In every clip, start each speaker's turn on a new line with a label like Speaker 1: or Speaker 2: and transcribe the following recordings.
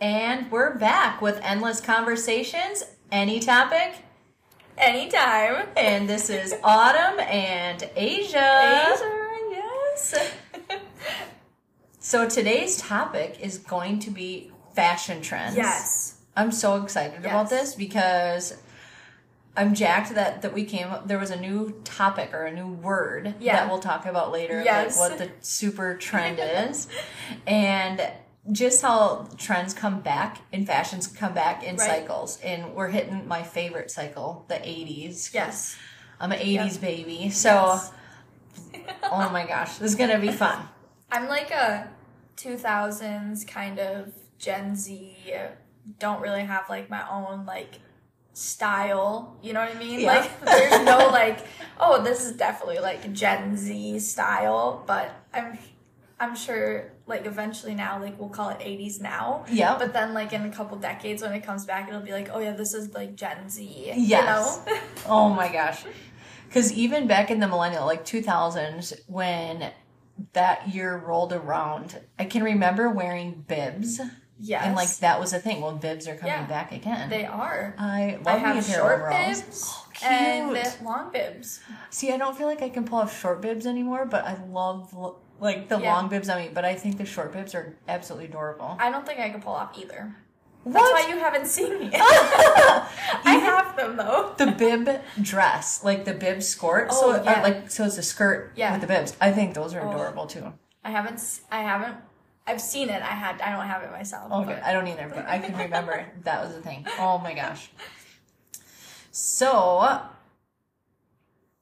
Speaker 1: And we're back with Endless Conversations, any topic.
Speaker 2: Anytime.
Speaker 1: And this is Autumn and Asia.
Speaker 2: Asia, yes.
Speaker 1: So today's topic is going to be fashion trends.
Speaker 2: yes.
Speaker 1: I'm so excited about
Speaker 2: Yes.
Speaker 1: this because I'm jacked that that we came up there was a new topic or a new word
Speaker 2: Yeah.
Speaker 1: that we'll talk about later
Speaker 2: Yes.
Speaker 1: like what the super trend is and just how trends come back and fashions come back in
Speaker 2: Right.
Speaker 1: cycles and we're hitting my favorite cycle the 80s
Speaker 2: Yes.
Speaker 1: I'm an 80s baby so
Speaker 2: Yes.
Speaker 1: oh my gosh this is going to be fun
Speaker 2: I'm like a 2000s kind of Gen Z. Don't really have like my own like style. You know what I mean?
Speaker 1: Yeah.
Speaker 2: Like there's no like oh this is definitely like Gen Z style, but I'm I'm sure like eventually now like we'll call it 80s now.
Speaker 1: Yep.
Speaker 2: But then like in a couple decades when it comes back it'll be like oh yeah this is like Gen Z.
Speaker 1: Yes.
Speaker 2: You know?
Speaker 1: Oh my gosh. Because even back in the millennial, like 2000s, when that year rolled around, I can remember wearing bibs.
Speaker 2: yes.
Speaker 1: And like that was a thing. Well, bibs are coming
Speaker 2: Yeah.
Speaker 1: back again.
Speaker 2: they are.
Speaker 1: I love
Speaker 2: I
Speaker 1: me a
Speaker 2: have
Speaker 1: pair
Speaker 2: short
Speaker 1: of overalls.
Speaker 2: bibs
Speaker 1: Oh, cute.
Speaker 2: and long bibs.
Speaker 1: See, I don't feel like I can pull off short bibs anymore, but I love lo- like the
Speaker 2: Yeah.
Speaker 1: long bibs on me. But I think the short bibs are absolutely adorable.
Speaker 2: I don't think I could pull off either.
Speaker 1: what?
Speaker 2: That's why you haven't seen me. I have them though.
Speaker 1: the bib dress, like the bib skirt. so
Speaker 2: Oh,
Speaker 1: or,
Speaker 2: yeah.
Speaker 1: like so it's a skirt
Speaker 2: Yeah. Oh.
Speaker 1: with the bibs. I think those are adorable too.
Speaker 2: I haven't. s- I haven't. I've seen it. I had. I don't have it myself.
Speaker 1: Okay, Oh I don't either, but I can remember that was the thing. Oh my gosh. So,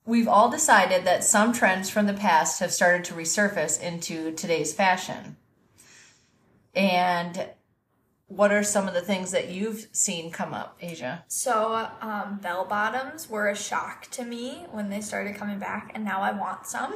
Speaker 1: we've all decided that some trends from the past have started to resurface into today's fashion. And what are some of the things that you've seen come up, Asia?
Speaker 2: So um, bell bottoms were a shock to me when they started coming back, and now I want some.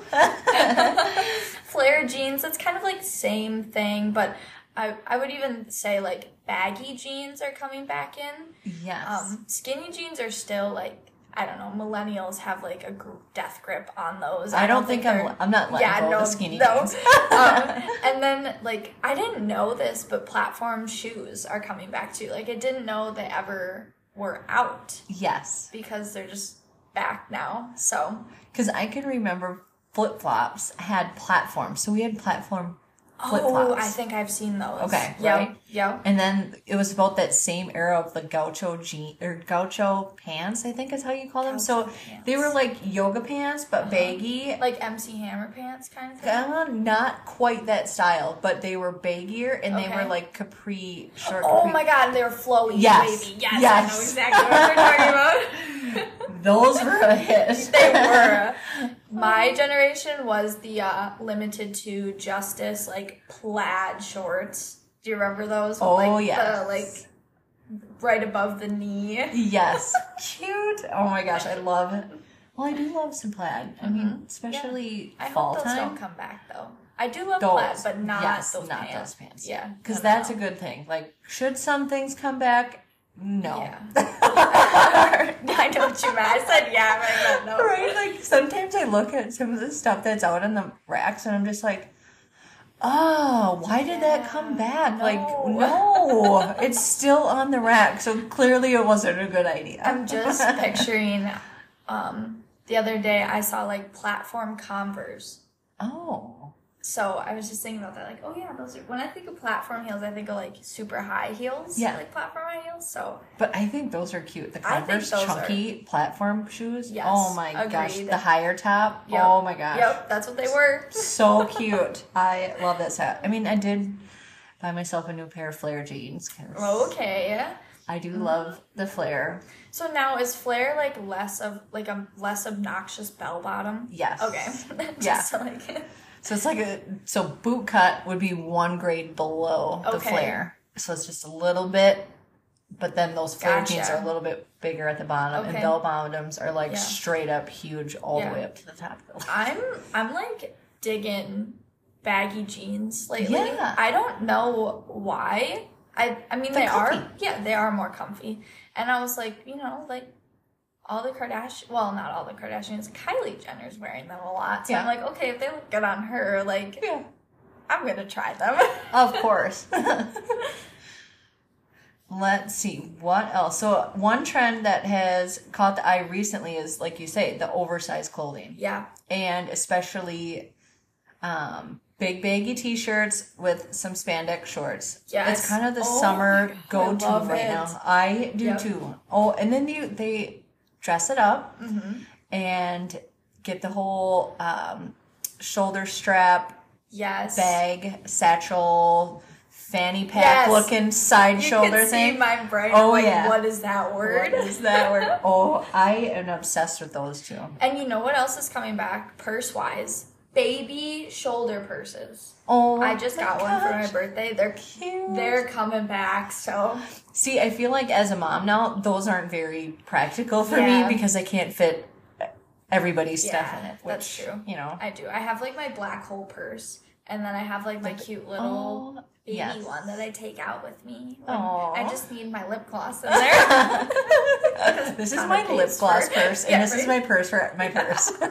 Speaker 2: Flare jeans. That's kind of like same thing, but I I would even say like baggy jeans are coming back in.
Speaker 1: Yes.
Speaker 2: Um, skinny jeans are still like I don't know. Millennials have like a gr- death grip on those.
Speaker 1: I don't think I'm
Speaker 2: they're-
Speaker 1: I'm not letting go of the skinny jeans.
Speaker 2: um, and then like I didn't know this, but platform shoes are coming back too. Like I didn't know they ever were out
Speaker 1: Yes.
Speaker 2: because they're just back now. So
Speaker 1: Because I can remember flip flops had platforms. So we had platform flip flops.
Speaker 2: oh, I think I've seen those.
Speaker 1: Okay,
Speaker 2: yeah,
Speaker 1: right?
Speaker 2: yeah.
Speaker 1: And then it was about that same era of the gaucho jean or gaucho pants, I think is how you call them. so
Speaker 2: Gaucho pants. Uh-huh.
Speaker 1: they were like yoga pants, but baggy.
Speaker 2: Like MC Hammer pants kind of thing.
Speaker 1: Uh, not quite that style, but they were baggier and they were
Speaker 2: Okay.
Speaker 1: like capri short.
Speaker 2: Oh
Speaker 1: capri-
Speaker 2: my god, they were flowy,
Speaker 1: Yes,
Speaker 2: wavy. Yes, I
Speaker 1: yes.
Speaker 2: know exactly what we're talking about.
Speaker 1: Those were a hit.
Speaker 2: they were. My generation was the uh, limited to justice like plaid shorts. Do you remember those? With,
Speaker 1: Oh,
Speaker 2: like,
Speaker 1: yes.
Speaker 2: The, like right above the knee.
Speaker 1: yes, cute. Oh my gosh, I love. Well, I do love some plaid. I mean, especially
Speaker 2: Mm-hmm. I
Speaker 1: fall
Speaker 2: hope those
Speaker 1: time.
Speaker 2: don't come back though. I do love
Speaker 1: Those,
Speaker 2: plaid, but not
Speaker 1: yes,
Speaker 2: those
Speaker 1: not
Speaker 2: pants.
Speaker 1: those pants.
Speaker 2: Yeah,
Speaker 1: because
Speaker 2: no, no,
Speaker 1: that's
Speaker 2: no.
Speaker 1: a good thing. Like, should some things come back? No.
Speaker 2: Yeah. I know what you meant. I said yeah, but I meant no.
Speaker 1: right? Like sometimes I look at some of the stuff that's out on the racks and I'm just like, oh, why did that come back? Like, no, it's still on the rack. So clearly it wasn't a good idea.
Speaker 2: I'm just picturing. Um, the other day I saw like platform Converse.
Speaker 1: oh,
Speaker 2: So I was just thinking about that, like, oh yeah, those are. When I think of platform heels, I think of like super high heels,
Speaker 1: Yeah.
Speaker 2: like platform high heels. So
Speaker 1: but I think those are cute. The
Speaker 2: I think
Speaker 1: Converse
Speaker 2: those are-
Speaker 1: chunky platform shoes.
Speaker 2: Yes,
Speaker 1: oh my gosh,
Speaker 2: agreed.
Speaker 1: the higher top.
Speaker 2: yep.
Speaker 1: Oh my gosh.
Speaker 2: yep, that's what they were.
Speaker 1: so cute. I love that set. I mean, I did buy myself a new pair of flare jeans 'cause
Speaker 2: Okay,
Speaker 1: I do love the flare.
Speaker 2: so now is flare like less of like a less obnoxious bell bottom?
Speaker 1: Yes.
Speaker 2: Okay. Just
Speaker 1: Yeah.
Speaker 2: So like,
Speaker 1: So it's like a so boot cut would be one grade below the
Speaker 2: Okay.
Speaker 1: flare. So it's just a little bit, but then those flare jeans
Speaker 2: Gotcha.
Speaker 1: are a little bit bigger at the bottom, and
Speaker 2: Okay.
Speaker 1: bell bottoms are like
Speaker 2: Yeah.
Speaker 1: straight up huge all
Speaker 2: Yeah.
Speaker 1: the way up to the top. of the-
Speaker 2: I'm I'm like digging baggy jeans lately.
Speaker 1: Yeah.
Speaker 2: I don't know why. I I mean
Speaker 1: They're
Speaker 2: they
Speaker 1: comfy.
Speaker 2: are yeah they are more comfy, and I was like you know like all the Kardashian well not all the Kardashians Kylie Jenner's wearing them a lot so I'm
Speaker 1: Yeah.
Speaker 2: like okay if they look good on her like
Speaker 1: Yeah,
Speaker 2: I'm gonna try them.
Speaker 1: of course. Let's see what else. So one trend that has caught the eye recently is, like you say, the oversized clothing,
Speaker 2: Yeah.
Speaker 1: and especially um, big baggy t-shirts with some spandex shorts.
Speaker 2: Yes.
Speaker 1: it's kind of the
Speaker 2: Oh
Speaker 1: summer
Speaker 2: my God, I
Speaker 1: go-to
Speaker 2: love
Speaker 1: right
Speaker 2: it.
Speaker 1: now. I do
Speaker 2: Yep.
Speaker 1: too. Oh, and then you they dress it up
Speaker 2: Mm-hmm.
Speaker 1: and get the whole um, shoulder strap
Speaker 2: Yes.
Speaker 1: bag, satchel, fanny pack
Speaker 2: Yes.
Speaker 1: looking side
Speaker 2: You
Speaker 1: shoulder
Speaker 2: can
Speaker 1: thing.
Speaker 2: see my brain.
Speaker 1: Oh,
Speaker 2: like,
Speaker 1: yeah.
Speaker 2: What is that word?
Speaker 1: What is that word? Oh, I am obsessed with those two.
Speaker 2: and you know what else is coming back purse wise? Baby shoulder purses.
Speaker 1: Oh,
Speaker 2: I just got one for my
Speaker 1: gosh,
Speaker 2: birthday. They're
Speaker 1: Cute.
Speaker 2: They're coming back, so
Speaker 1: See, I feel like as a mom now, those aren't very practical for
Speaker 2: Yeah.
Speaker 1: me because I can't fit everybody's stuff
Speaker 2: Yeah,
Speaker 1: in it. Which,
Speaker 2: that's true.
Speaker 1: You know.
Speaker 2: I do. I have like my black hole purse, and then I have like my cute little
Speaker 1: Oh,
Speaker 2: baby
Speaker 1: yes.
Speaker 2: one that I take out with me. when
Speaker 1: Aw.
Speaker 2: I just need my lip gloss in there.
Speaker 1: this is
Speaker 2: Tom
Speaker 1: my
Speaker 2: pays
Speaker 1: lip gloss
Speaker 2: for-
Speaker 1: purse,
Speaker 2: Yeah,
Speaker 1: and this is my
Speaker 2: right.
Speaker 1: purse for my purse.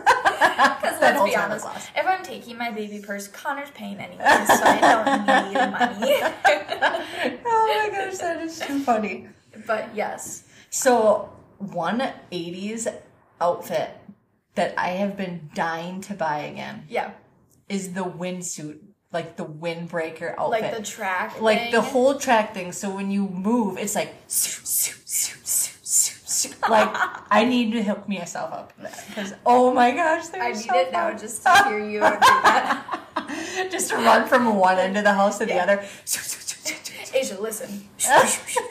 Speaker 2: Because
Speaker 1: That
Speaker 2: let's
Speaker 1: holds
Speaker 2: be
Speaker 1: my lip
Speaker 2: honest,
Speaker 1: gloss.
Speaker 2: if I'm taking my baby purse, Connor's paying anyway, so I don't need money.
Speaker 1: oh my gosh, that is too funny.
Speaker 2: but yes,
Speaker 1: So, one 80s outfit that I have been dying to buy again
Speaker 2: yeah,
Speaker 1: is the windsuit, like the windbreaker outfit.
Speaker 2: like the track,
Speaker 1: like the
Speaker 2: thing.
Speaker 1: whole track thing. So when you move, it's like "Soo, soo, soo, soo, soo, soo." like I need to hook myself up because oh my gosh, they're
Speaker 2: I need
Speaker 1: so
Speaker 2: it now
Speaker 1: fun.
Speaker 2: just to hear you do that.
Speaker 1: just to run from one end of the house to the
Speaker 2: Yeah.
Speaker 1: other. Soo, soo, soo, soo, soo,
Speaker 2: Asia, listen.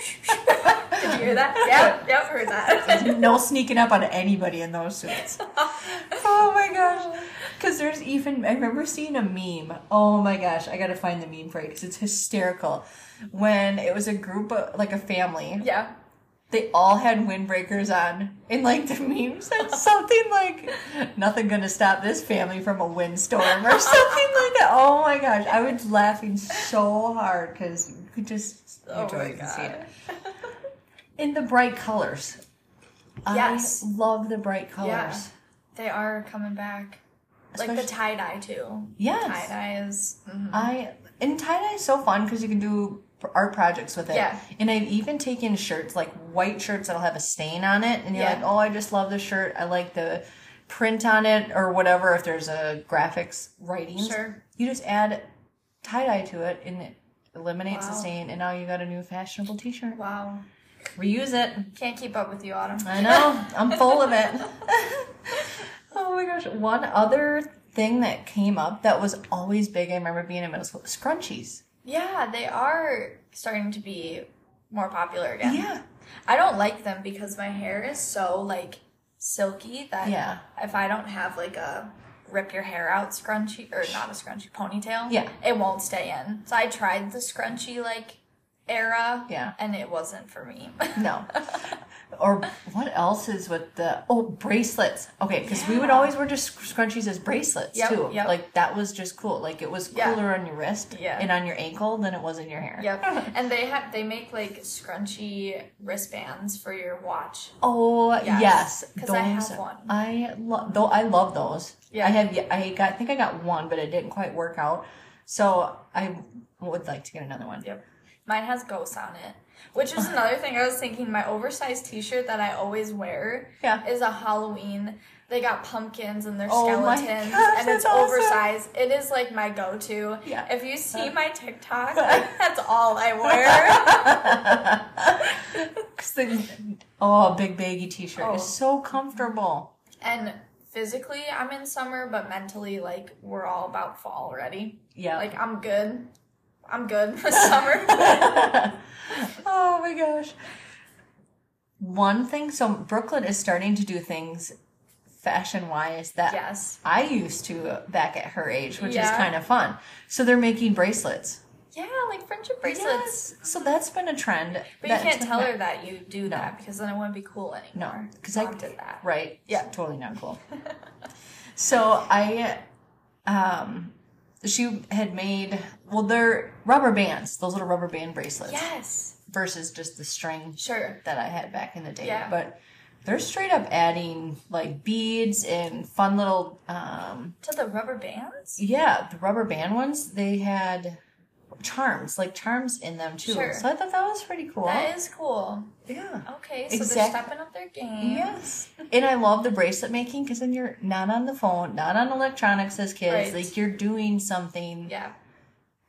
Speaker 2: Did you hear that? Yep, yep, heard that.
Speaker 1: soo. no sneaking up on anybody in those suits. Oh my gosh. Because there's even, I remember seeing a meme. Oh my gosh, I gotta find the meme for it because it's hysterical. When it was a group of, like a family,
Speaker 2: yeah.
Speaker 1: they all had windbreakers on and like the meme said something like nothing gonna stop this family from a windstorm or something like that oh my gosh i was laughing so hard because you could just you
Speaker 2: Oh my
Speaker 1: totally can see it
Speaker 2: God.
Speaker 1: in the bright colors
Speaker 2: Yes.
Speaker 1: i love the bright colors
Speaker 2: They are coming back. like the
Speaker 1: Especially-
Speaker 2: tie dye too.
Speaker 1: Yes.
Speaker 2: Tie dye is. mhm.
Speaker 1: i and tie-dye is so fun because you can do pr- art projects with it
Speaker 2: Yeah.
Speaker 1: and i've even taken shirts like white shirts that'll have a stain on it and you're
Speaker 2: Yeah.
Speaker 1: like oh i just love this shirt i like the print on it or whatever if there's a graphics writing
Speaker 2: Sure.
Speaker 1: you just add tie-dye to it and it eliminates the
Speaker 2: Wow.
Speaker 1: stain and now you got a new fashionable t-shirt
Speaker 2: Wow.
Speaker 1: reuse it
Speaker 2: Can't keep up with you, Autumn.
Speaker 1: I know. I'm full of it. oh my gosh. One other thing that came up that was always big, I remember being in middle school scrunchies.
Speaker 2: Yeah, they are starting to be more popular again.
Speaker 1: Yeah.
Speaker 2: I don't like them because my hair is so like silky that
Speaker 1: Yeah.
Speaker 2: if I don't have like a rip your hair out scrunchie or not a scrunchie ponytail,
Speaker 1: Yeah.
Speaker 2: it won't stay in. So I tried the scrunchie like era,
Speaker 1: Yeah.
Speaker 2: and it wasn't for me.
Speaker 1: No. or what else is with the oh bracelets okay because we would always wear just scrunchies as bracelets
Speaker 2: Yep,
Speaker 1: too
Speaker 2: yep.
Speaker 1: like that was just cool like it was
Speaker 2: Yeah.
Speaker 1: cooler on your wrist
Speaker 2: Yeah.
Speaker 1: and on your ankle than it was in your hair
Speaker 2: Yep. And they have they make like scrunchy wristbands for your watch.
Speaker 1: Oh
Speaker 2: Yes,
Speaker 1: yes,
Speaker 2: 'cause I have
Speaker 1: Those-
Speaker 2: one.
Speaker 1: I love though. I love those.
Speaker 2: Yeah.
Speaker 1: I have. yet- I got. I think I got one, but it didn't quite work out. So I would like to get another one.
Speaker 2: Yep. Mine has ghosts on it. Which is another thing I was thinking, my oversized t shirt that I always wear
Speaker 1: Yeah.
Speaker 2: is a Halloween. They got pumpkins and they're
Speaker 1: Oh my
Speaker 2: skeletons
Speaker 1: gosh,
Speaker 2: and
Speaker 1: that's
Speaker 2: it's
Speaker 1: awesome.
Speaker 2: oversized. It is like my go to.
Speaker 1: Yeah.
Speaker 2: If you see
Speaker 1: Uh.
Speaker 2: my TikTok, like, that's all I wear.
Speaker 1: 'Cause the oh big baggy T-shirt
Speaker 2: Oh.
Speaker 1: is so comfortable.
Speaker 2: and physically I'm in summer, but mentally like we're all about fall already.
Speaker 1: Yeah.
Speaker 2: Like I'm good. I'm good for summer.
Speaker 1: oh my gosh. One thing. So Brooklyn is starting to do things fashion wise that
Speaker 2: yes.
Speaker 1: I used to back at her age, which is
Speaker 2: Yeah.
Speaker 1: kind of fun. So they're making bracelets.
Speaker 2: Yeah, like friendship bracelets.
Speaker 1: Yes. So that's been a trend.
Speaker 2: But
Speaker 1: that's
Speaker 2: you can't
Speaker 1: been
Speaker 2: tell
Speaker 1: back-
Speaker 2: her that you do that because then it wouldn't be cool
Speaker 1: No,
Speaker 2: anymore.
Speaker 1: because I
Speaker 2: Mom did that.
Speaker 1: Right.
Speaker 2: Yeah.
Speaker 1: Totally not cool. so I, um, she had made well, they're rubber bands, those little rubber band bracelets,
Speaker 2: Yes.
Speaker 1: versus just the string
Speaker 2: Sure.
Speaker 1: that I had back in the day.
Speaker 2: Yeah.
Speaker 1: But they're straight up adding like beads and fun little, um,
Speaker 2: To the rubber bands?
Speaker 1: yeah, the rubber band ones. They had charms, like charms in them too.
Speaker 2: Sure.
Speaker 1: So I thought that was pretty cool.
Speaker 2: That is cool.
Speaker 1: yeah.
Speaker 2: Okay, so they're
Speaker 1: Exact-
Speaker 2: stepping up their game.
Speaker 1: Yes. and I love the bracelet making because then you're not on the phone, not on electronics as kids.
Speaker 2: Right.
Speaker 1: Like you're doing something.
Speaker 2: Yeah,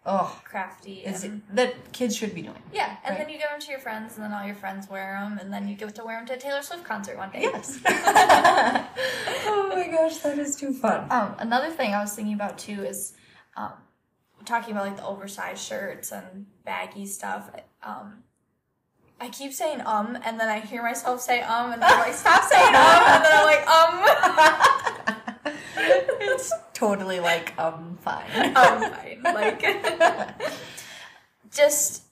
Speaker 1: Oh,
Speaker 2: crafty.
Speaker 1: is
Speaker 2: and-
Speaker 1: it, that kids should be doing.
Speaker 2: yeah, and
Speaker 1: Right.
Speaker 2: then you give them to your friends, and then all your friends wear them, and then you get to wear them to a Taylor Swift concert one day.
Speaker 1: Yes. oh my gosh, that is too fun.
Speaker 2: Um, another thing I was thinking about too is um, talking about like the oversized shirts and baggy stuff. Um, I keep saying um, and then I hear myself say um, and then I'm like, stop saying um, and then I'm like, um,
Speaker 1: It's totally like um fine.
Speaker 2: um, fine. Like, just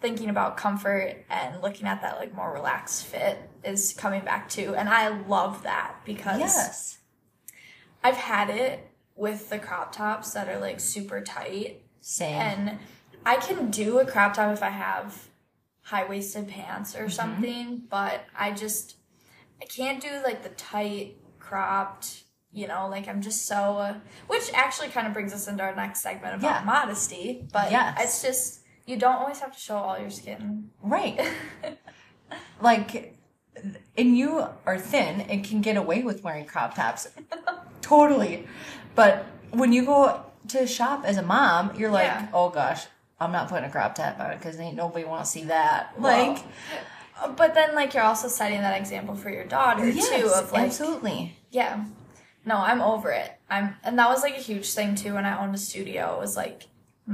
Speaker 2: thinking about comfort and looking at that like more relaxed fit is coming back too, and I love that because
Speaker 1: yes.
Speaker 2: I've had it with the crop tops that are like super tight
Speaker 1: Same.
Speaker 2: and I can do a crop top if I have high waisted pants
Speaker 1: Mm-hmm.
Speaker 2: or something, but I just I can't do like the tight cropped. You know, like I'm just so, uh, which actually kind of brings us into our next segment about
Speaker 1: Yeah.
Speaker 2: modesty. But
Speaker 1: Yes.
Speaker 2: it's just you don't always have to show all your skin.
Speaker 1: Right. like, and you are thin and can get away with wearing crop tops. totally. But when you go to shop as a mom, you're like,
Speaker 2: Yeah.
Speaker 1: oh gosh, I'm not putting a crop top on because ain't nobody want to see that. Like,
Speaker 2: Uh, But then, like you're also setting that example for your daughter too,
Speaker 1: yes,
Speaker 2: of like
Speaker 1: absolutely.
Speaker 2: Yeah. No, I'm over it. I'm and that was like a huge thing too when I owned a studio was like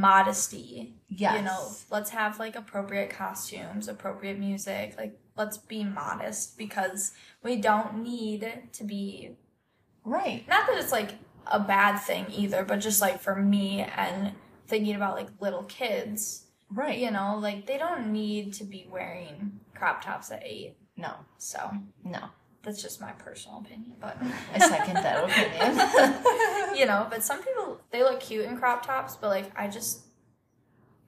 Speaker 2: modesty. You
Speaker 1: Yes.
Speaker 2: know, let's have like appropriate costumes, appropriate music, like let's be modest because we don't need to be
Speaker 1: Right.
Speaker 2: not that it's like a bad thing either, but just like for me and thinking about like little kids,
Speaker 1: Right.
Speaker 2: you know, like they don't need to be wearing crop tops at 8.
Speaker 1: No,
Speaker 2: So,
Speaker 1: no.
Speaker 2: that's just my personal opinion, but
Speaker 1: I second that opinion.
Speaker 2: you know but some people they look cute in crop tops but like i just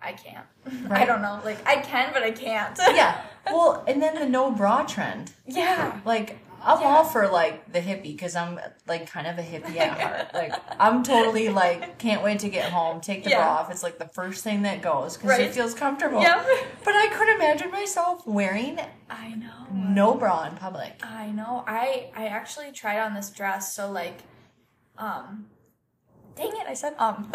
Speaker 2: i can't i
Speaker 1: Right.
Speaker 2: don't know like i can but i can't
Speaker 1: yeah. Well, and then the no bra trend.
Speaker 2: yeah
Speaker 1: Like I'm
Speaker 2: Yeah.
Speaker 1: all for like the hippie because I'm like kind of a hippie at heart. Like I'm totally like can't wait to get home, take the
Speaker 2: Yeah.
Speaker 1: bra off. It's like the first thing that goes because it
Speaker 2: Right.
Speaker 1: feels comfortable.
Speaker 2: Yep.
Speaker 1: But I could imagine myself wearing
Speaker 2: i know
Speaker 1: no bra in public.
Speaker 2: i know i i actually tried on this dress so like um dang it i said um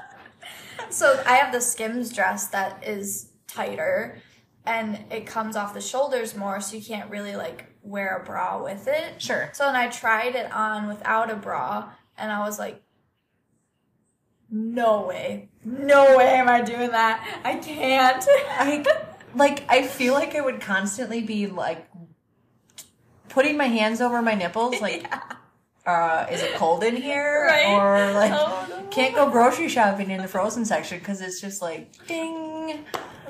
Speaker 2: so i have the skims dress that is tighter and it comes off the shoulders more so you can't really like wear a bra with it
Speaker 1: Sure.
Speaker 2: So then I tried it on without a bra, and I was like, no way. No way am I doing that. I can't.
Speaker 1: I like I feel like I would constantly be like putting my hands over my nipples like uh is it cold in here
Speaker 2: Right.
Speaker 1: or like
Speaker 2: Oh, no.
Speaker 1: can't go grocery shopping in the frozen section cuz it's just like ding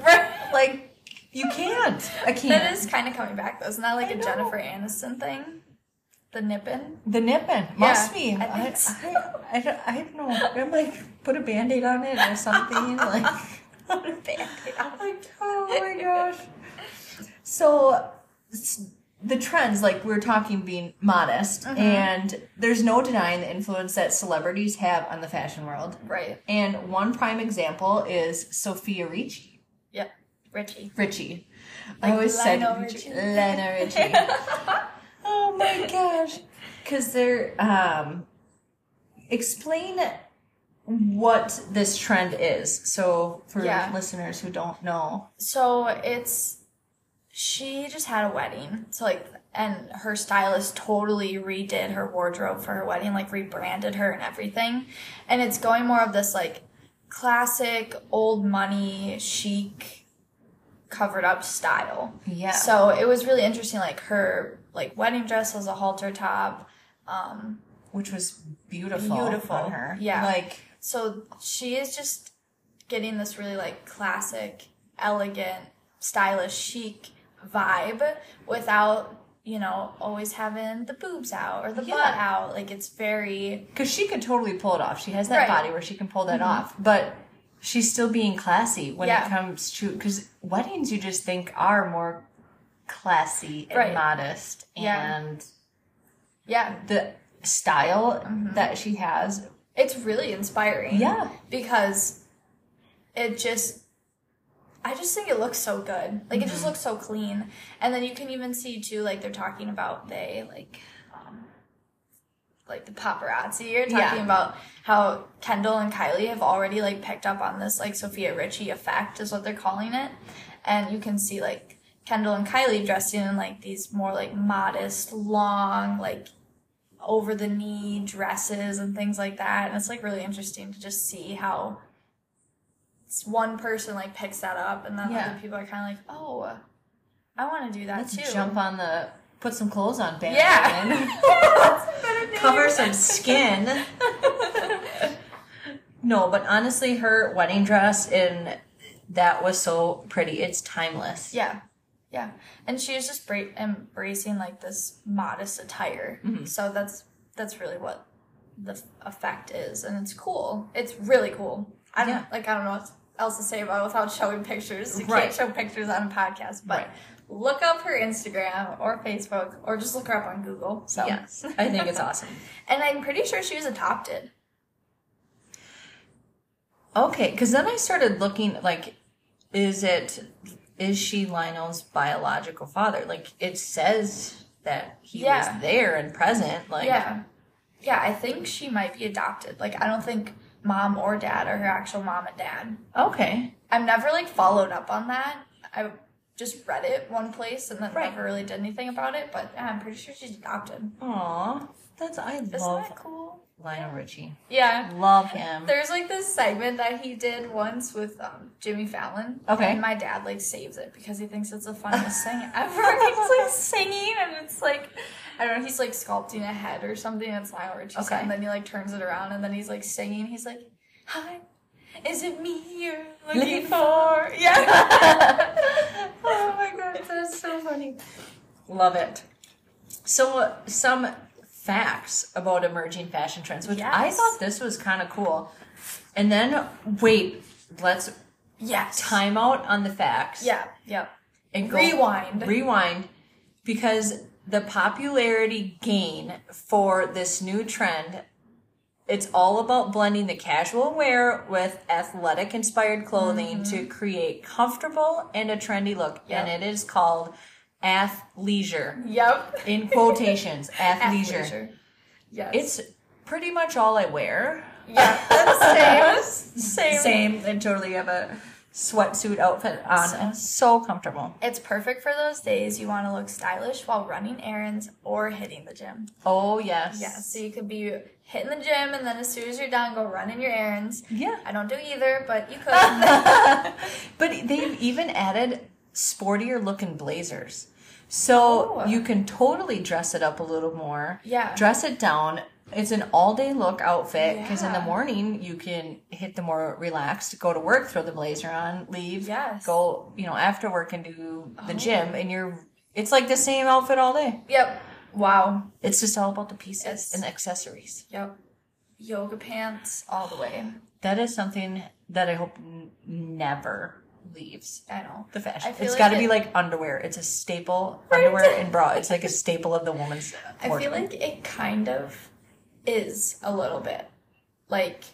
Speaker 2: right.
Speaker 1: like you can't. I can't.
Speaker 2: That is kind of coming back though. Isn't that like
Speaker 1: I
Speaker 2: a
Speaker 1: know.
Speaker 2: Jennifer Aniston thing? The nipping?
Speaker 1: the nipping must
Speaker 2: Yeah,
Speaker 1: be.
Speaker 2: I
Speaker 1: I,
Speaker 2: think so.
Speaker 1: I, I, don't, I don't know. I'm like put a band-aid on it or something like. I'm like oh my gosh. So s- the trends, like we are talking, being modest,
Speaker 2: Mm-hmm.
Speaker 1: and there's no denying the influence that celebrities have on the fashion world.
Speaker 2: Right.
Speaker 1: And one prime example is Sophia Ricci.
Speaker 2: Yep. Richie.
Speaker 1: Richie.
Speaker 2: Like
Speaker 1: I always
Speaker 2: Lionel
Speaker 1: said Richie.
Speaker 2: Richie.
Speaker 1: Lionel Richie. oh my gosh. Cause they're um explain what this trend is. So for
Speaker 2: Yeah.
Speaker 1: listeners who don't know.
Speaker 2: So it's she just had a wedding. So like and her stylist totally redid her wardrobe for her wedding, like rebranded her and everything. And it's going more of this like classic old money chic covered up style.
Speaker 1: Yeah.
Speaker 2: So it was really interesting like her like wedding dress was a halter top. Um
Speaker 1: Which was beautiful,
Speaker 2: Beautiful.
Speaker 1: on her.
Speaker 2: Yeah.
Speaker 1: Like
Speaker 2: so she is just getting this really like classic, elegant, stylish, chic vibe without, you know, always having the boobs out or the
Speaker 1: Yeah.
Speaker 2: butt out. Like it's very
Speaker 1: because she could totally pull it off. She has that
Speaker 2: Right. Mm-hmm.
Speaker 1: body where she can pull that off, but she's still being classy when
Speaker 2: Yeah.
Speaker 1: it comes to because weddings you just think are more classy and
Speaker 2: Right.
Speaker 1: modest
Speaker 2: Yeah.
Speaker 1: and
Speaker 2: yeah,
Speaker 1: the
Speaker 2: Mm-hmm.
Speaker 1: style that she has.
Speaker 2: it's really inspiring.
Speaker 1: Yeah.
Speaker 2: Because it just I just think it looks so good. Like it just looks so clean. And then you can even see too, like they're talking about they like um, like the paparazzi are talking
Speaker 1: Yeah.
Speaker 2: about how Kendall and Kylie have already like picked up on this like Sophia Richie effect is what they're calling it. And you can see like Kendall and Kylie dressed in like these more like modest, long, like over the knee dresses and things like that. And it's like really interesting to just see how s- one person like picks that up and then
Speaker 1: Yeah.
Speaker 2: other people are kind of like, oh, I want to do that
Speaker 1: Let's
Speaker 2: too.
Speaker 1: jump on the put some clothes on bandwagon.
Speaker 2: yeah. That's a better name.
Speaker 1: Cover some skin. no, but honestly, her wedding dress and that was so pretty. It's timeless.
Speaker 2: Yeah. Yeah. And she is just bra- embracing like this modest attire.
Speaker 1: Mm-hmm.
Speaker 2: So that's that's really what the f- effect is and it's cool. It's really cool. I don't
Speaker 1: Yeah.
Speaker 2: like I don't know what else to say about it without showing pictures. You
Speaker 1: Right.
Speaker 2: can't show pictures on a podcast, but
Speaker 1: Right.
Speaker 2: look up her Instagram or Facebook or just look her up on Google. So
Speaker 1: Yes, I think it's awesome.
Speaker 2: And I'm pretty sure she was adopted.
Speaker 1: Okay, because then I started looking like, is it, is she Lionel's biological father? Like it says that he
Speaker 2: Yeah.
Speaker 1: was there and present. Like
Speaker 2: Yeah. Yeah, I think she might be adopted. Like I don't think mom or dad are her actual mom and dad.
Speaker 1: okay,
Speaker 2: I've never like followed up on that. I just read it one place and then
Speaker 1: Right.
Speaker 2: never really did anything about it. But yeah, I'm pretty sure she's adopted.
Speaker 1: Aw, that's I
Speaker 2: Isn't
Speaker 1: love
Speaker 2: that cool?
Speaker 1: Lionel Richie.
Speaker 2: Yeah.
Speaker 1: Love him.
Speaker 2: There's like this segment that he did once with um, Jimmy Fallon.
Speaker 1: Okay.
Speaker 2: And my dad like saves it because he thinks it's the funniest thing ever. he's like singing and it's like I don't know. He's like sculpting a head or something. That's Lionel Richie.
Speaker 1: Okay.
Speaker 2: And then he like turns it around and then he's like singing. He's like, "Hi, is it me you're looking
Speaker 1: Looking
Speaker 2: for?" Yeah. oh my god, that's so funny.
Speaker 1: Love it. So, uh, some facts about emerging fashion trends, which I
Speaker 2: Yes.
Speaker 1: thought this was kind of cool. And then, wait, let's
Speaker 2: Yes.
Speaker 1: time out on the facts.
Speaker 2: Yeah. Yep.
Speaker 1: And go
Speaker 2: Rewind.
Speaker 1: Rewind. Because the popularity gain for this new trend, it's all about blending the casual wear with athletic inspired clothing to create comfortable and a trendy look.
Speaker 2: Yep.
Speaker 1: And it is called athleisure
Speaker 2: yep.
Speaker 1: in quotations athleisure.
Speaker 2: Athleisure. Yes.
Speaker 1: It's pretty much all I wear.
Speaker 2: yeah. That's same. Same.
Speaker 1: Same, and totally have a sweatsuit outfit on. and so comfortable.
Speaker 2: It's perfect for those days you want to look stylish while running errands or hitting the gym.
Speaker 1: Oh yes,
Speaker 2: Yeah, so you could be hitting the gym and then as soon as you're done, go running your errands.
Speaker 1: yeah.
Speaker 2: I don't do either, but you could.
Speaker 1: But they've even added sportier looking blazers, so
Speaker 2: Oh.
Speaker 1: you can totally dress it up a little more.
Speaker 2: Yeah.
Speaker 1: dress it down. It's an all day look outfit because in the
Speaker 2: Yeah.
Speaker 1: morning you can hit the more relaxed, go to work, throw the blazer on, leave,
Speaker 2: Yes. Oh.
Speaker 1: go, you know, after work and do the gym. And you're, it's like the same outfit all day.
Speaker 2: yep. Wow.
Speaker 1: It's just all about the pieces
Speaker 2: Yes.
Speaker 1: and accessories.
Speaker 2: Yep. Yoga pants all the way.
Speaker 1: That is something that I hope n- never leaves
Speaker 2: I know.
Speaker 1: the fashion.
Speaker 2: I feel
Speaker 1: It's
Speaker 2: like
Speaker 1: got to be
Speaker 2: it-
Speaker 1: like underwear. It's a staple.
Speaker 2: Right.
Speaker 1: Underwear and bra. It's like a staple of the woman's.
Speaker 2: I feel
Speaker 1: wardrobe.
Speaker 2: like it kind of is a little bit. Like,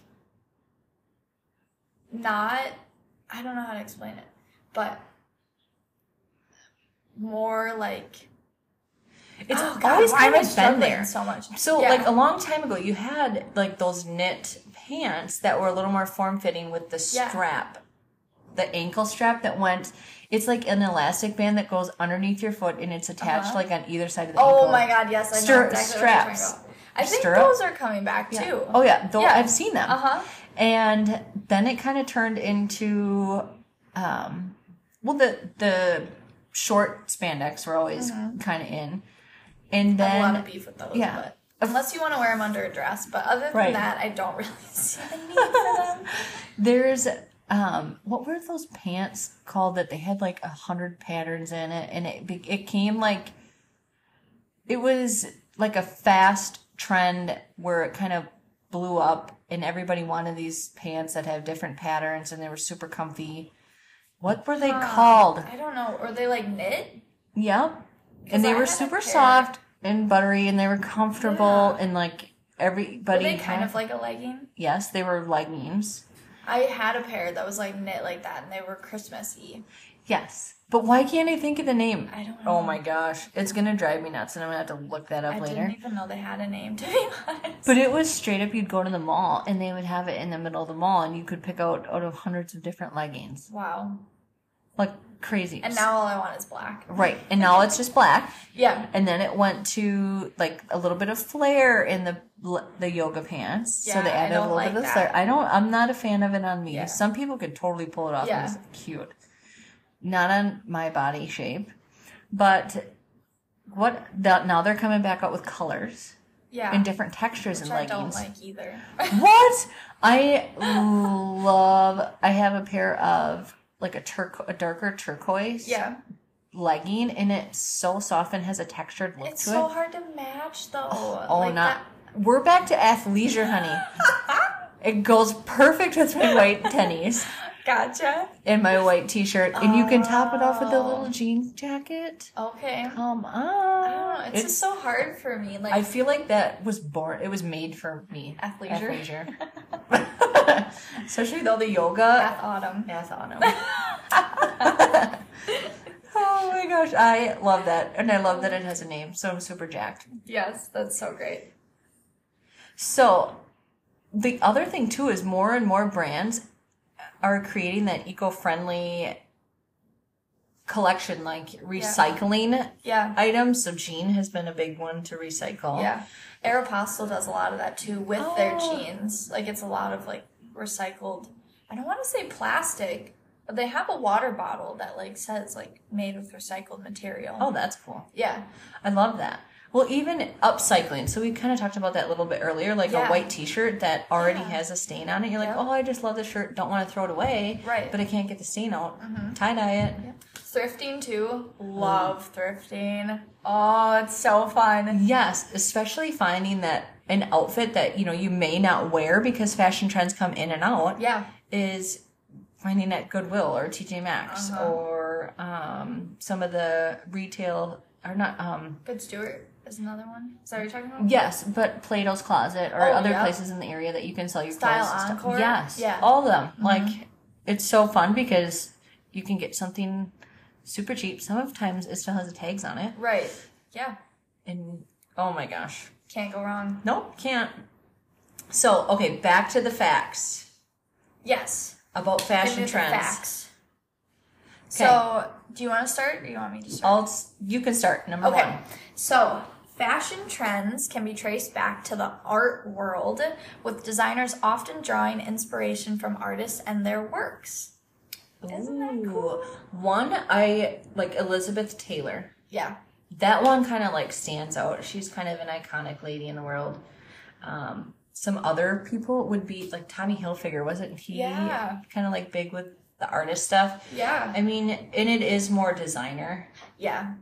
Speaker 2: not, I don't know how to explain it, but more like,
Speaker 1: it's
Speaker 2: oh God,
Speaker 1: always
Speaker 2: why am
Speaker 1: kind
Speaker 2: I
Speaker 1: of been
Speaker 2: struggling
Speaker 1: there.
Speaker 2: so much.
Speaker 1: So
Speaker 2: Yeah.
Speaker 1: like a long time ago, you had like those knit pants that were a little more form fitting with the
Speaker 2: Yeah.
Speaker 1: strap, the ankle strap that went. It's like an elastic band that goes underneath your foot and it's attached like on either side of the ankle.
Speaker 2: Uh-huh. Oh my god, yes, I
Speaker 1: Stir-
Speaker 2: know exactly what you're talking
Speaker 1: straps.
Speaker 2: about. I think
Speaker 1: Stirrup?
Speaker 2: those are coming back
Speaker 1: Yeah.
Speaker 2: too.
Speaker 1: Oh yeah, though
Speaker 2: Yeah.
Speaker 1: I've seen them.
Speaker 2: Uh-huh.
Speaker 1: And then it kind of turned into, um, well the the short spandex were always kind of in, and
Speaker 2: I have Mm-hmm. a lot
Speaker 1: then
Speaker 2: of beef with those,
Speaker 1: yeah.
Speaker 2: but unless you want to wear them under a dress, but other than
Speaker 1: Right.
Speaker 2: that, I don't really see the need for them.
Speaker 1: There's um what were those pants called that they had like a hundred patterns in it and it be- it came like it was like a fast trend where it kind of blew up and everybody wanted these pants that have different patterns and they were super comfy. What were they called?
Speaker 2: I don't know. Or they like knit?
Speaker 1: Yep. And
Speaker 2: I
Speaker 1: they were
Speaker 2: had a
Speaker 1: super
Speaker 2: pair.
Speaker 1: soft and buttery and they were comfortable and like
Speaker 2: Are
Speaker 1: everybody
Speaker 2: they kind of like a legging?
Speaker 1: yes, they were leggings.
Speaker 2: I had a pair that was like knit like that, and they were Christmassy.
Speaker 1: Yes. But why can't I think of the name?
Speaker 2: I don't
Speaker 1: Oh
Speaker 2: know.
Speaker 1: my gosh. It's going to drive me nuts and I'm going to have to look that up
Speaker 2: I
Speaker 1: later.
Speaker 2: didn't even know they had a name, to be honest.
Speaker 1: But it was straight up you'd go to the mall and they would have it in the middle of the mall and you could pick out out of hundreds of different leggings.
Speaker 2: wow.
Speaker 1: Like crazy.
Speaker 2: And now all I want is black.
Speaker 1: Right. And now it's just black.
Speaker 2: Yeah.
Speaker 1: And then it went to like a little bit of flare in the the yoga pants. so
Speaker 2: Yeah,
Speaker 1: they
Speaker 2: I
Speaker 1: added a
Speaker 2: don't
Speaker 1: little
Speaker 2: like
Speaker 1: bit of
Speaker 2: that.
Speaker 1: flare. I don't I'm not a fan of it on me.
Speaker 2: Yeah.
Speaker 1: Some people could totally pull it off
Speaker 2: Yeah.
Speaker 1: and it's cute. Not on my body shape. But what the, now they're coming back out with colors
Speaker 2: Yeah.
Speaker 1: and different textures
Speaker 2: which
Speaker 1: and
Speaker 2: I
Speaker 1: leggings.
Speaker 2: don't like either.
Speaker 1: What? I love. I have a pair of like a turqu- a darker turquoise
Speaker 2: yeah.
Speaker 1: legging, and it's so soft and has a textured look
Speaker 2: It's
Speaker 1: to
Speaker 2: so
Speaker 1: it.
Speaker 2: hard to match though.
Speaker 1: Oh,
Speaker 2: like
Speaker 1: not. We're back to athleisure, honey. it goes perfect with my white tennies
Speaker 2: that- Gotcha.
Speaker 1: and my white t-shirt, and you can top it off with a little jean jacket.
Speaker 2: Okay.
Speaker 1: Come
Speaker 2: I don't know.
Speaker 1: on,
Speaker 2: It's, just so hard for me. Like
Speaker 1: I feel like that was born. It was made for me.
Speaker 2: Athleisure.
Speaker 1: Athleisure. Especially with all the yoga.
Speaker 2: at autumn.
Speaker 1: Math on him. oh my gosh, I love that. And I love that it has a name, so I'm super jacked.
Speaker 2: Yes, that's so great.
Speaker 1: So, the other thing too is more and more brands are creating that eco friendly collection, like recycling
Speaker 2: Yeah.
Speaker 1: items. So, Jean has been a big one to recycle.
Speaker 2: Yeah. Aeropostale does a lot of that too with their
Speaker 1: Oh.
Speaker 2: jeans. Like it's a lot of like recycled I don't want to say plastic, but they have a water bottle that like says like made with recycled material.
Speaker 1: Oh, that's cool.
Speaker 2: Yeah.
Speaker 1: I love that. Well, even upcycling. So we kind of talked about that a little bit earlier, like a
Speaker 2: Yeah.
Speaker 1: white T-shirt that already
Speaker 2: Yeah.
Speaker 1: has a stain on it. You're like,
Speaker 2: Yep.
Speaker 1: oh, I just love this shirt. Don't want to throw it away.
Speaker 2: Right. Mm-hmm.
Speaker 1: But I can't get the stain out. Tie dye it.
Speaker 2: Thrifting too.
Speaker 1: Mm.
Speaker 2: Love thrifting. Oh, it's so fun.
Speaker 1: Yes, especially finding that an outfit that you know you may not wear because fashion trends come in and out
Speaker 2: Yeah.
Speaker 1: is finding at Goodwill or TJ Maxx
Speaker 2: Uh-huh.
Speaker 1: or um, some of the retail or not um,
Speaker 2: Good Stewart is another one. Is that what you're talking about?
Speaker 1: Yes, but Plato's Closet or
Speaker 2: Oh,
Speaker 1: other
Speaker 2: yeah.
Speaker 1: places in the area that you can sell your
Speaker 2: Style
Speaker 1: clothes. and stuff.
Speaker 2: Encore?
Speaker 1: Yes,
Speaker 2: Yeah. Uh-huh.
Speaker 1: all of them. Like it's so fun because you can get something super cheap. Sometimes it still has the tags on it,
Speaker 2: Right. Yeah.
Speaker 1: and oh my gosh,
Speaker 2: Can't go wrong.
Speaker 1: nope, can't. So okay, back to the facts
Speaker 2: Yes.
Speaker 1: about fashion
Speaker 2: Into the
Speaker 1: trends.
Speaker 2: Facts. So, do you want to start or do you want me to start?
Speaker 1: I'll s- you can start number
Speaker 2: okay.
Speaker 1: one.
Speaker 2: So, fashion trends can be traced back to the art world, with designers often drawing inspiration from artists and their works. Isn't that
Speaker 1: Ooh. One I like Elizabeth Taylor.
Speaker 2: Yeah.
Speaker 1: that one kind of like stands out. She's kind of an iconic lady in the world. Um, some other people would be like Tommy Hilfiger, wasn't he?
Speaker 2: Yeah.
Speaker 1: Kind of like big with the artist stuff.
Speaker 2: Yeah.
Speaker 1: I mean, and it is more designer,
Speaker 2: Yeah.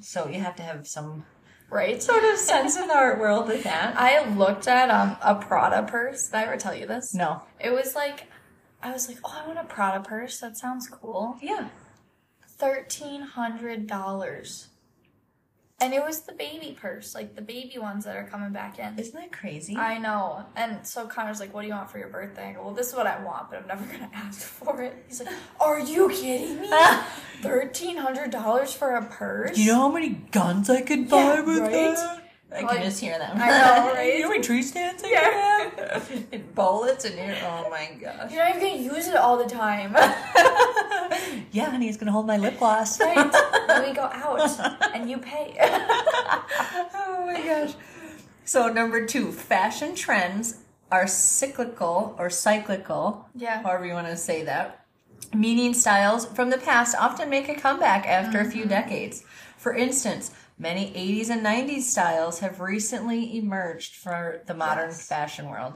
Speaker 1: so you have to have some
Speaker 2: Right.
Speaker 1: sort of sense of the art world with that.
Speaker 2: I looked at um, a Prada purse. Did I ever tell you this?
Speaker 1: No.
Speaker 2: It was like, I was like, oh, I want a Prada purse. That sounds cool.
Speaker 1: Yeah.
Speaker 2: Thirteen hundred dollars, and it was the baby purse, like the baby ones that are coming back in.
Speaker 1: Isn't that crazy?
Speaker 2: I know. And so Connor's like, "What do you want for your birthday?" I go, "Well, this is what I want, but I'm never gonna ask for it." He's like, "Are you kidding me? Thirteen hundred dollars for a purse?
Speaker 1: you know how many guns I could buy
Speaker 2: Yeah,
Speaker 1: with
Speaker 2: right?
Speaker 1: that? I can
Speaker 2: Like-
Speaker 1: just hear them.
Speaker 2: I know, right?
Speaker 1: you know how many tree stands I
Speaker 2: Yeah.
Speaker 1: could have? and bullets and air. Oh my gosh.
Speaker 2: You're not even gonna use it all the time,
Speaker 1: yeah, honey, it's gonna hold my lip gloss.
Speaker 2: right? When we go out and you pay.
Speaker 1: oh my gosh. So number two, fashion trends are cyclical or cyclical,
Speaker 2: yeah.
Speaker 1: however you want to say that. Meaning styles from the past often make a comeback after a
Speaker 2: Mm-hmm.
Speaker 1: few decades. For instance, many 80s and 90s styles have recently emerged for the modern
Speaker 2: Yes.
Speaker 1: fashion world.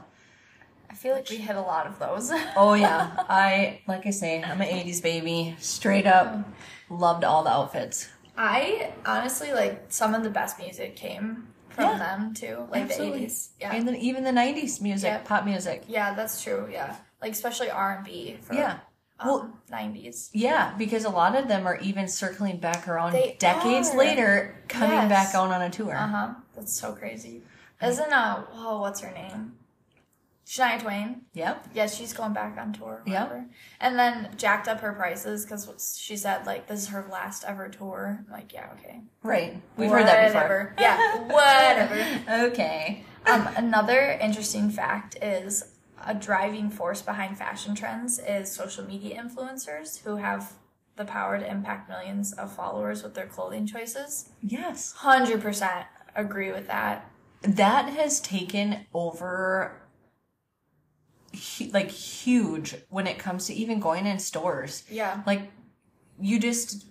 Speaker 2: I feel like we hit a lot of those.
Speaker 1: Oh yeah, I like I say, I'm an 80s baby, straight up
Speaker 2: Mm-hmm.
Speaker 1: loved all the outfits.
Speaker 2: I honestly like some of the best music came from
Speaker 1: Yeah.
Speaker 2: them too, like
Speaker 1: Absolutely.
Speaker 2: the 80s. Yeah.
Speaker 1: And then even the 90s music,
Speaker 2: Yeah.
Speaker 1: pop music.
Speaker 2: yeah, that's true. Yeah. Like especially R&B for
Speaker 1: Yeah.
Speaker 2: um,
Speaker 1: Well-
Speaker 2: 90s.
Speaker 1: Yeah, because a lot of them are even circling back around
Speaker 2: They
Speaker 1: decades
Speaker 2: are.
Speaker 1: later, coming
Speaker 2: Yes.
Speaker 1: back out on a tour.
Speaker 2: Uh-huh. That's so crazy. Isn't uh whoa, what's her name? Shania Twain.
Speaker 1: Yep.
Speaker 2: Yes, she's going back on tour.
Speaker 1: Yep.
Speaker 2: Whatever. And then jacked up her prices because she said like this is her last ever tour. I'm like, yeah, okay.
Speaker 1: Right. We've heard that before.
Speaker 2: Whatever. Yeah, whatever.
Speaker 1: Okay.
Speaker 2: Um, another interesting fact is a driving force behind fashion trends is social media influencers who have the power to impact millions of followers with their clothing choices.
Speaker 1: Yes.
Speaker 2: Hundred percent agree with that.
Speaker 1: that has taken over hu- like huge when it comes to even going in stores
Speaker 2: Yeah.
Speaker 1: like you just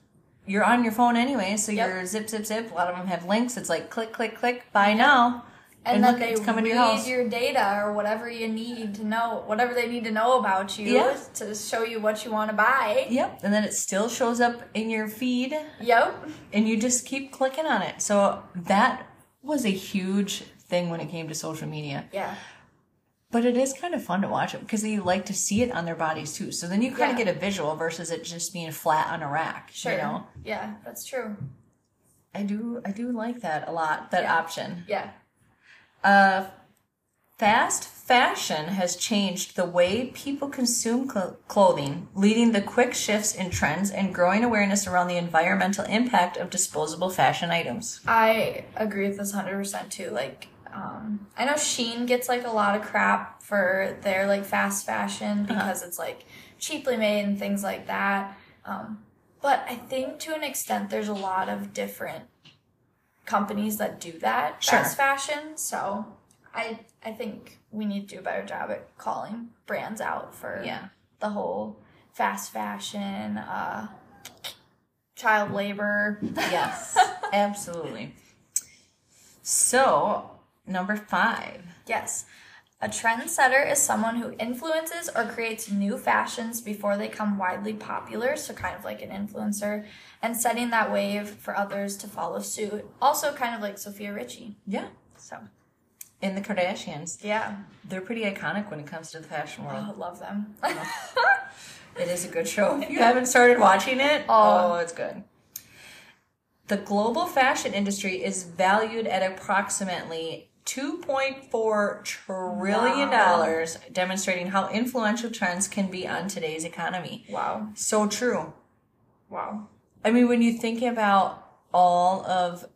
Speaker 1: you're on your phone anyway so
Speaker 2: Yep.
Speaker 1: you're zip zip zip a lot of them have links it's like click click click buy now
Speaker 2: and,
Speaker 1: look,
Speaker 2: then they
Speaker 1: it's coming to
Speaker 2: read
Speaker 1: your
Speaker 2: your,
Speaker 1: house
Speaker 2: data or whatever you need to know, whatever they need to know about you
Speaker 1: Yeah.
Speaker 2: to show you what you want to buy.
Speaker 1: yep and then it still shows up in your feed
Speaker 2: Yep.
Speaker 1: and you just keep clicking on it so that was a huge thing when it came to social media
Speaker 2: Yeah.
Speaker 1: But it is kind of fun to watch it because you like to see it on their bodies too. So then you kind
Speaker 2: Yeah.
Speaker 1: of get a visual versus it just being flat on a rack.
Speaker 2: Sure.
Speaker 1: You know,
Speaker 2: Yeah, that's true.
Speaker 1: I do I do like that a lot. That option.
Speaker 2: Yeah.
Speaker 1: Uh, fast fashion has changed the way people consume cl- clothing, leading to quick shifts in trends and growing awareness around the environmental impact of disposable fashion items.
Speaker 2: I agree with this 100% too. Like, um, I know Sheen gets like a lot of crap for their like fast fashion
Speaker 1: Uh-huh.
Speaker 2: because it's like cheaply made and things like that. Um, but I think to an extent, there's a lot of different companies that do that
Speaker 1: Sure.
Speaker 2: fast fashion. So I I think we need to do a better job at calling brands out for
Speaker 1: Yeah.
Speaker 2: the whole fast fashion, uh, child labor.
Speaker 1: Yes, absolutely. So number five.
Speaker 2: Yes. A trendsetter is someone who influences or creates new fashions before they come widely popular, so kind of like an influencer, and setting that wave for others to follow suit. Also, kind of like Sophia Richie.
Speaker 1: Yeah.
Speaker 2: So,
Speaker 1: In the Kardashians.
Speaker 2: yeah,
Speaker 1: They're pretty iconic when it comes to the fashion world.
Speaker 2: I love them.
Speaker 1: It is a good show. If you haven't started watching it, oh, it's good. The global fashion industry is valued at approximately $2.4 trillion, dollars, demonstrating how influential trends can be on today's economy.
Speaker 2: wow.
Speaker 1: So true.
Speaker 2: Wow.
Speaker 1: I mean, when you think about all of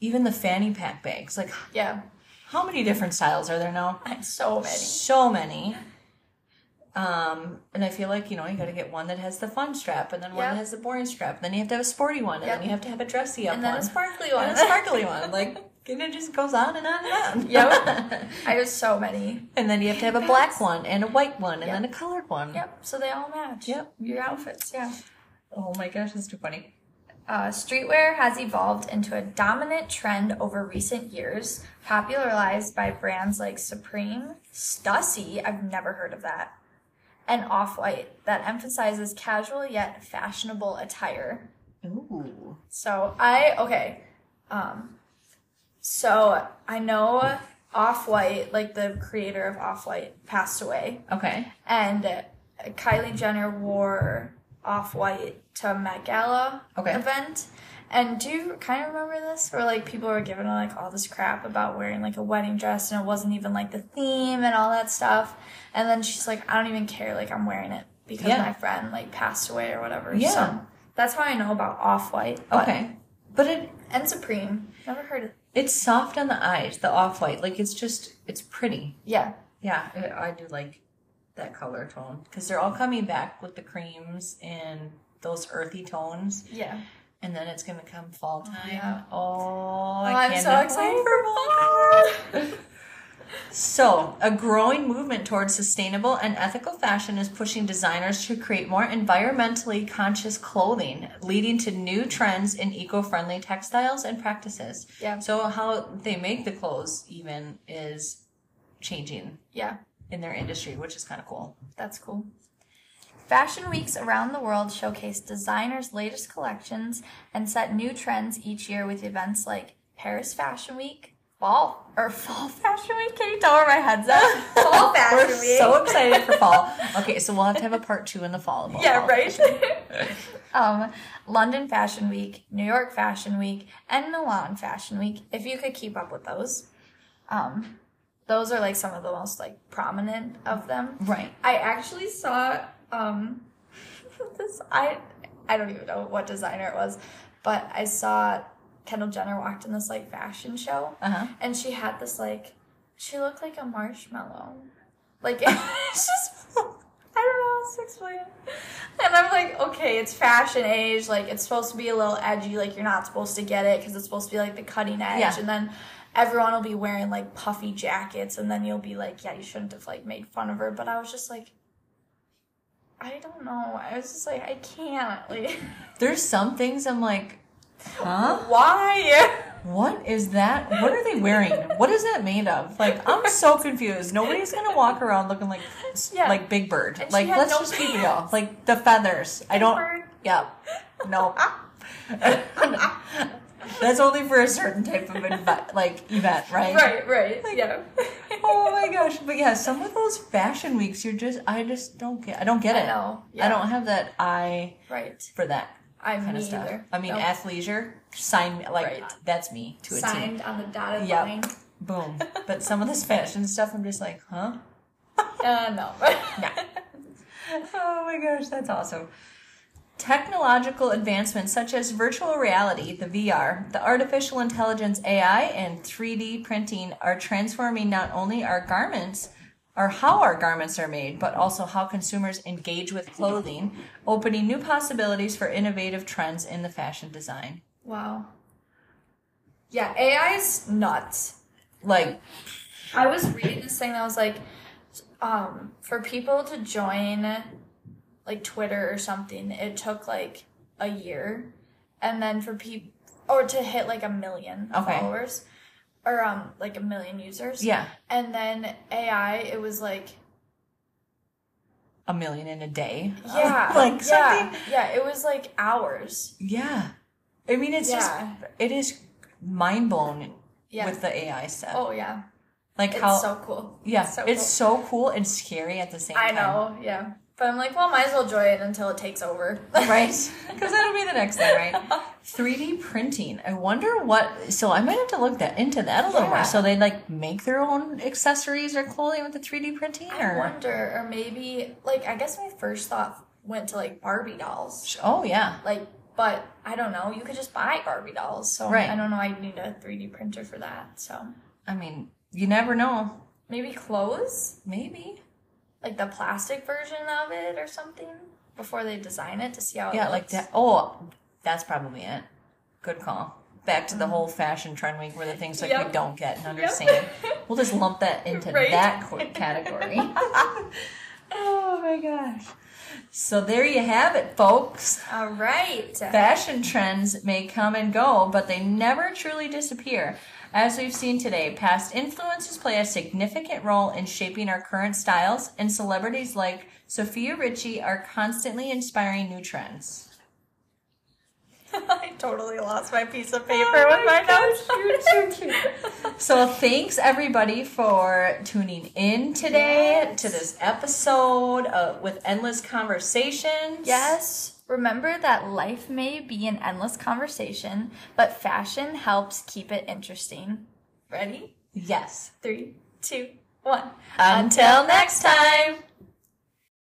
Speaker 1: even the fanny pack bags, like
Speaker 2: Yeah,
Speaker 1: how many different styles are there now?
Speaker 2: I'm so many.
Speaker 1: so many. Um, and I feel like you know you got to get one that has the fun strap, and then one
Speaker 2: Yep.
Speaker 1: that has the boring strap. Then you have to have a sporty one, and
Speaker 2: Yep.
Speaker 1: then you have to have a dressy up
Speaker 2: And
Speaker 1: one,
Speaker 2: then a sparkly
Speaker 1: and
Speaker 2: one.
Speaker 1: a sparkly one. Like and it just goes on and on and on.
Speaker 2: Yep. I have so many.
Speaker 1: and then you have to have a black one and a white one and then a colored one.
Speaker 2: Yep, so they all match.
Speaker 1: Yep.
Speaker 2: Your outfits, yeah.
Speaker 1: Oh my gosh, that's too funny.
Speaker 2: Uh, streetwear has evolved into a dominant trend over recent years, popularized by brands like Supreme, Stussy, I've never heard of that, and Off White, that emphasizes casual yet fashionable attire.
Speaker 1: Ooh.
Speaker 2: So I okay. Um so I know Off White, like the creator of Off White, passed away.
Speaker 1: Okay.
Speaker 2: And uh, Kylie Jenner wore off white to a Met Gala
Speaker 1: Okay.
Speaker 2: event. And do you kind of remember this? Where like people were giving her like all this crap about wearing like a wedding dress and it wasn't even like the theme and all that stuff. And then she's like, I don't even care, like I'm wearing it because
Speaker 1: Yeah.
Speaker 2: my friend like passed away or whatever.
Speaker 1: Yeah.
Speaker 2: So that's how I know about off white.
Speaker 1: Okay. But it
Speaker 2: And Supreme. Never heard of
Speaker 1: it's soft on the eyes, the off white. Like it's just it's pretty.
Speaker 2: Yeah.
Speaker 1: Yeah, I, I do like that color tone because they're all coming back with the creams and those earthy tones,
Speaker 2: Yeah.
Speaker 1: and then it's gonna come fall time.
Speaker 2: yeah.
Speaker 1: Oh,
Speaker 2: Oh,
Speaker 1: I
Speaker 2: I'm
Speaker 1: can't
Speaker 2: so excited for
Speaker 1: So, a growing movement towards sustainable and ethical fashion is pushing designers to create more environmentally conscious clothing, leading to new trends in eco-friendly textiles and practices.
Speaker 2: Yeah.
Speaker 1: So, how they make the clothes even is changing
Speaker 2: Yeah.
Speaker 1: in their industry, which is kind of cool.
Speaker 2: That's cool. Fashion weeks around the world showcase designers' latest collections and set new trends each year with events like Paris Fashion Week, Fall or Fall Fashion Week. Can you tell where my head's at? Fall Fashion
Speaker 1: We're
Speaker 2: Week.
Speaker 1: so excited for fall. Okay, so we'll have to have a part two in the fall. about
Speaker 2: yeah,
Speaker 1: fall.
Speaker 2: right. um, London Fashion Week, New York Fashion Week, and Milan Fashion Week. If you could keep up with those, um, Those are like some of the most like prominent of them.
Speaker 1: Right.
Speaker 2: I actually saw um this I I don't even know what designer it was, but I saw Kendall Jenner walked in this like fashion show
Speaker 1: Uh huh.
Speaker 2: and she had this like she looked like a marshmallow. Like it's just I don't know how else to explain it. And I'm like, okay, it's fashion age, like it's supposed to be a little edgy, like you're not supposed to get it because it's supposed to be like the cutting edge
Speaker 1: Yeah.
Speaker 2: and then everyone will be wearing like puffy jackets and then you'll be like, Yeah, you shouldn't have like made fun of her but I was just like I don't know. I was just like, I can't. Like,
Speaker 1: There's some things I'm like, huh?
Speaker 2: why?
Speaker 1: What is that? What are they wearing? What is that made of? Like, I'm so confused. Nobody's gonna walk around looking like
Speaker 2: Yeah.
Speaker 1: like Big Bird.
Speaker 2: And she
Speaker 1: like,
Speaker 2: had
Speaker 1: let's
Speaker 2: no
Speaker 1: just be real. Like the feathers. I don't.
Speaker 2: Bird.
Speaker 1: Yeah. No. That's only for a certain type of inve- like event, right?
Speaker 2: Right, right. yeah.
Speaker 1: Oh my gosh! But yeah, some of those fashion weeks, you're just I just don't get. I don't get
Speaker 2: I
Speaker 1: it. I
Speaker 2: know, yeah.
Speaker 1: don't have that eye
Speaker 2: Right.
Speaker 1: for that
Speaker 2: I'm
Speaker 1: kind of stuff. I mean, athleisure. Sign me like
Speaker 2: Right.
Speaker 1: that's me to a T.
Speaker 2: signed on the dotted
Speaker 1: Yeah.
Speaker 2: line.
Speaker 1: Boom. But some of this fashion stuff, I'm just like, huh?
Speaker 2: Uh, no.
Speaker 1: Yeah. Oh my gosh, that's awesome. Technological advancements such as virtual reality, the VR, the artificial intelligence AI, and 3D printing are transforming not only our garments or how our garments are made, but also how consumers engage with clothing, opening new possibilities for innovative trends in the fashion design.
Speaker 2: Wow. Yeah, AI is nuts.
Speaker 1: Like,
Speaker 2: I was reading this thing that was like, um, for people to join like Twitter or something, it took like a year. And then for people, or to hit like a million
Speaker 1: Okay.
Speaker 2: followers, or um, like a million users.
Speaker 1: yeah,
Speaker 2: And then AI, it was like,
Speaker 1: a million in a day.
Speaker 2: yeah.
Speaker 1: like
Speaker 2: yeah,
Speaker 1: something.
Speaker 2: Yeah, it was like hours.
Speaker 1: Yeah. I mean, it's
Speaker 2: Yeah.
Speaker 1: just, it is mind blown
Speaker 2: Yeah.
Speaker 1: with the AI stuff.
Speaker 2: Oh yeah,
Speaker 1: like
Speaker 2: it's
Speaker 1: how
Speaker 2: so cool.
Speaker 1: yeah,
Speaker 2: so
Speaker 1: it's so cool and scary at the same
Speaker 2: cool. I
Speaker 1: time.
Speaker 2: know, yeah. But I'm like, well, might as well enjoy it until it takes over.
Speaker 1: right? Because that'll be the next thing, right? 3D printing. I wonder what. So I might have to look that into that a little more.
Speaker 2: Yeah.
Speaker 1: So they like make their own accessories or clothing with the 3D printing,
Speaker 2: I
Speaker 1: or
Speaker 2: wonder, or maybe like I guess my first thought went to like Barbie dolls,
Speaker 1: oh yeah,
Speaker 2: like. But I don't know. You could just buy Barbie dolls, so
Speaker 1: Right.
Speaker 2: I don't know. I need a 3D printer for that. So
Speaker 1: I mean you never know.
Speaker 2: maybe clothes,
Speaker 1: Maybe
Speaker 2: like the plastic version of it or something, before they design it to see how.
Speaker 1: yeah,
Speaker 2: it
Speaker 1: like
Speaker 2: looks.
Speaker 1: that. Oh, that's probably it. Good call. Back to the whole fashion trend week where the things like we
Speaker 2: Mm. Yep.
Speaker 1: don't get and understand. We'll just lump that into
Speaker 2: Right.
Speaker 1: that qu- category. oh my gosh. So there you have it, folks.
Speaker 2: All right.
Speaker 1: Fashion trends may come and go, but they never truly disappear. As we've seen today, past influences play a significant role in shaping our current styles, and celebrities like Sophia Ritchie are constantly inspiring new trends.
Speaker 2: I totally lost my piece of paper
Speaker 1: Oh
Speaker 2: with
Speaker 1: my
Speaker 2: my
Speaker 1: gosh,
Speaker 2: notes. You're so cute.
Speaker 1: So thanks everybody for tuning in today to this episode uh, with endless conversations.
Speaker 2: Yes. Remember that life may be an endless conversation, but fashion helps keep it interesting. Ready?
Speaker 1: Yes.
Speaker 2: Three, two, one.
Speaker 1: Until next time.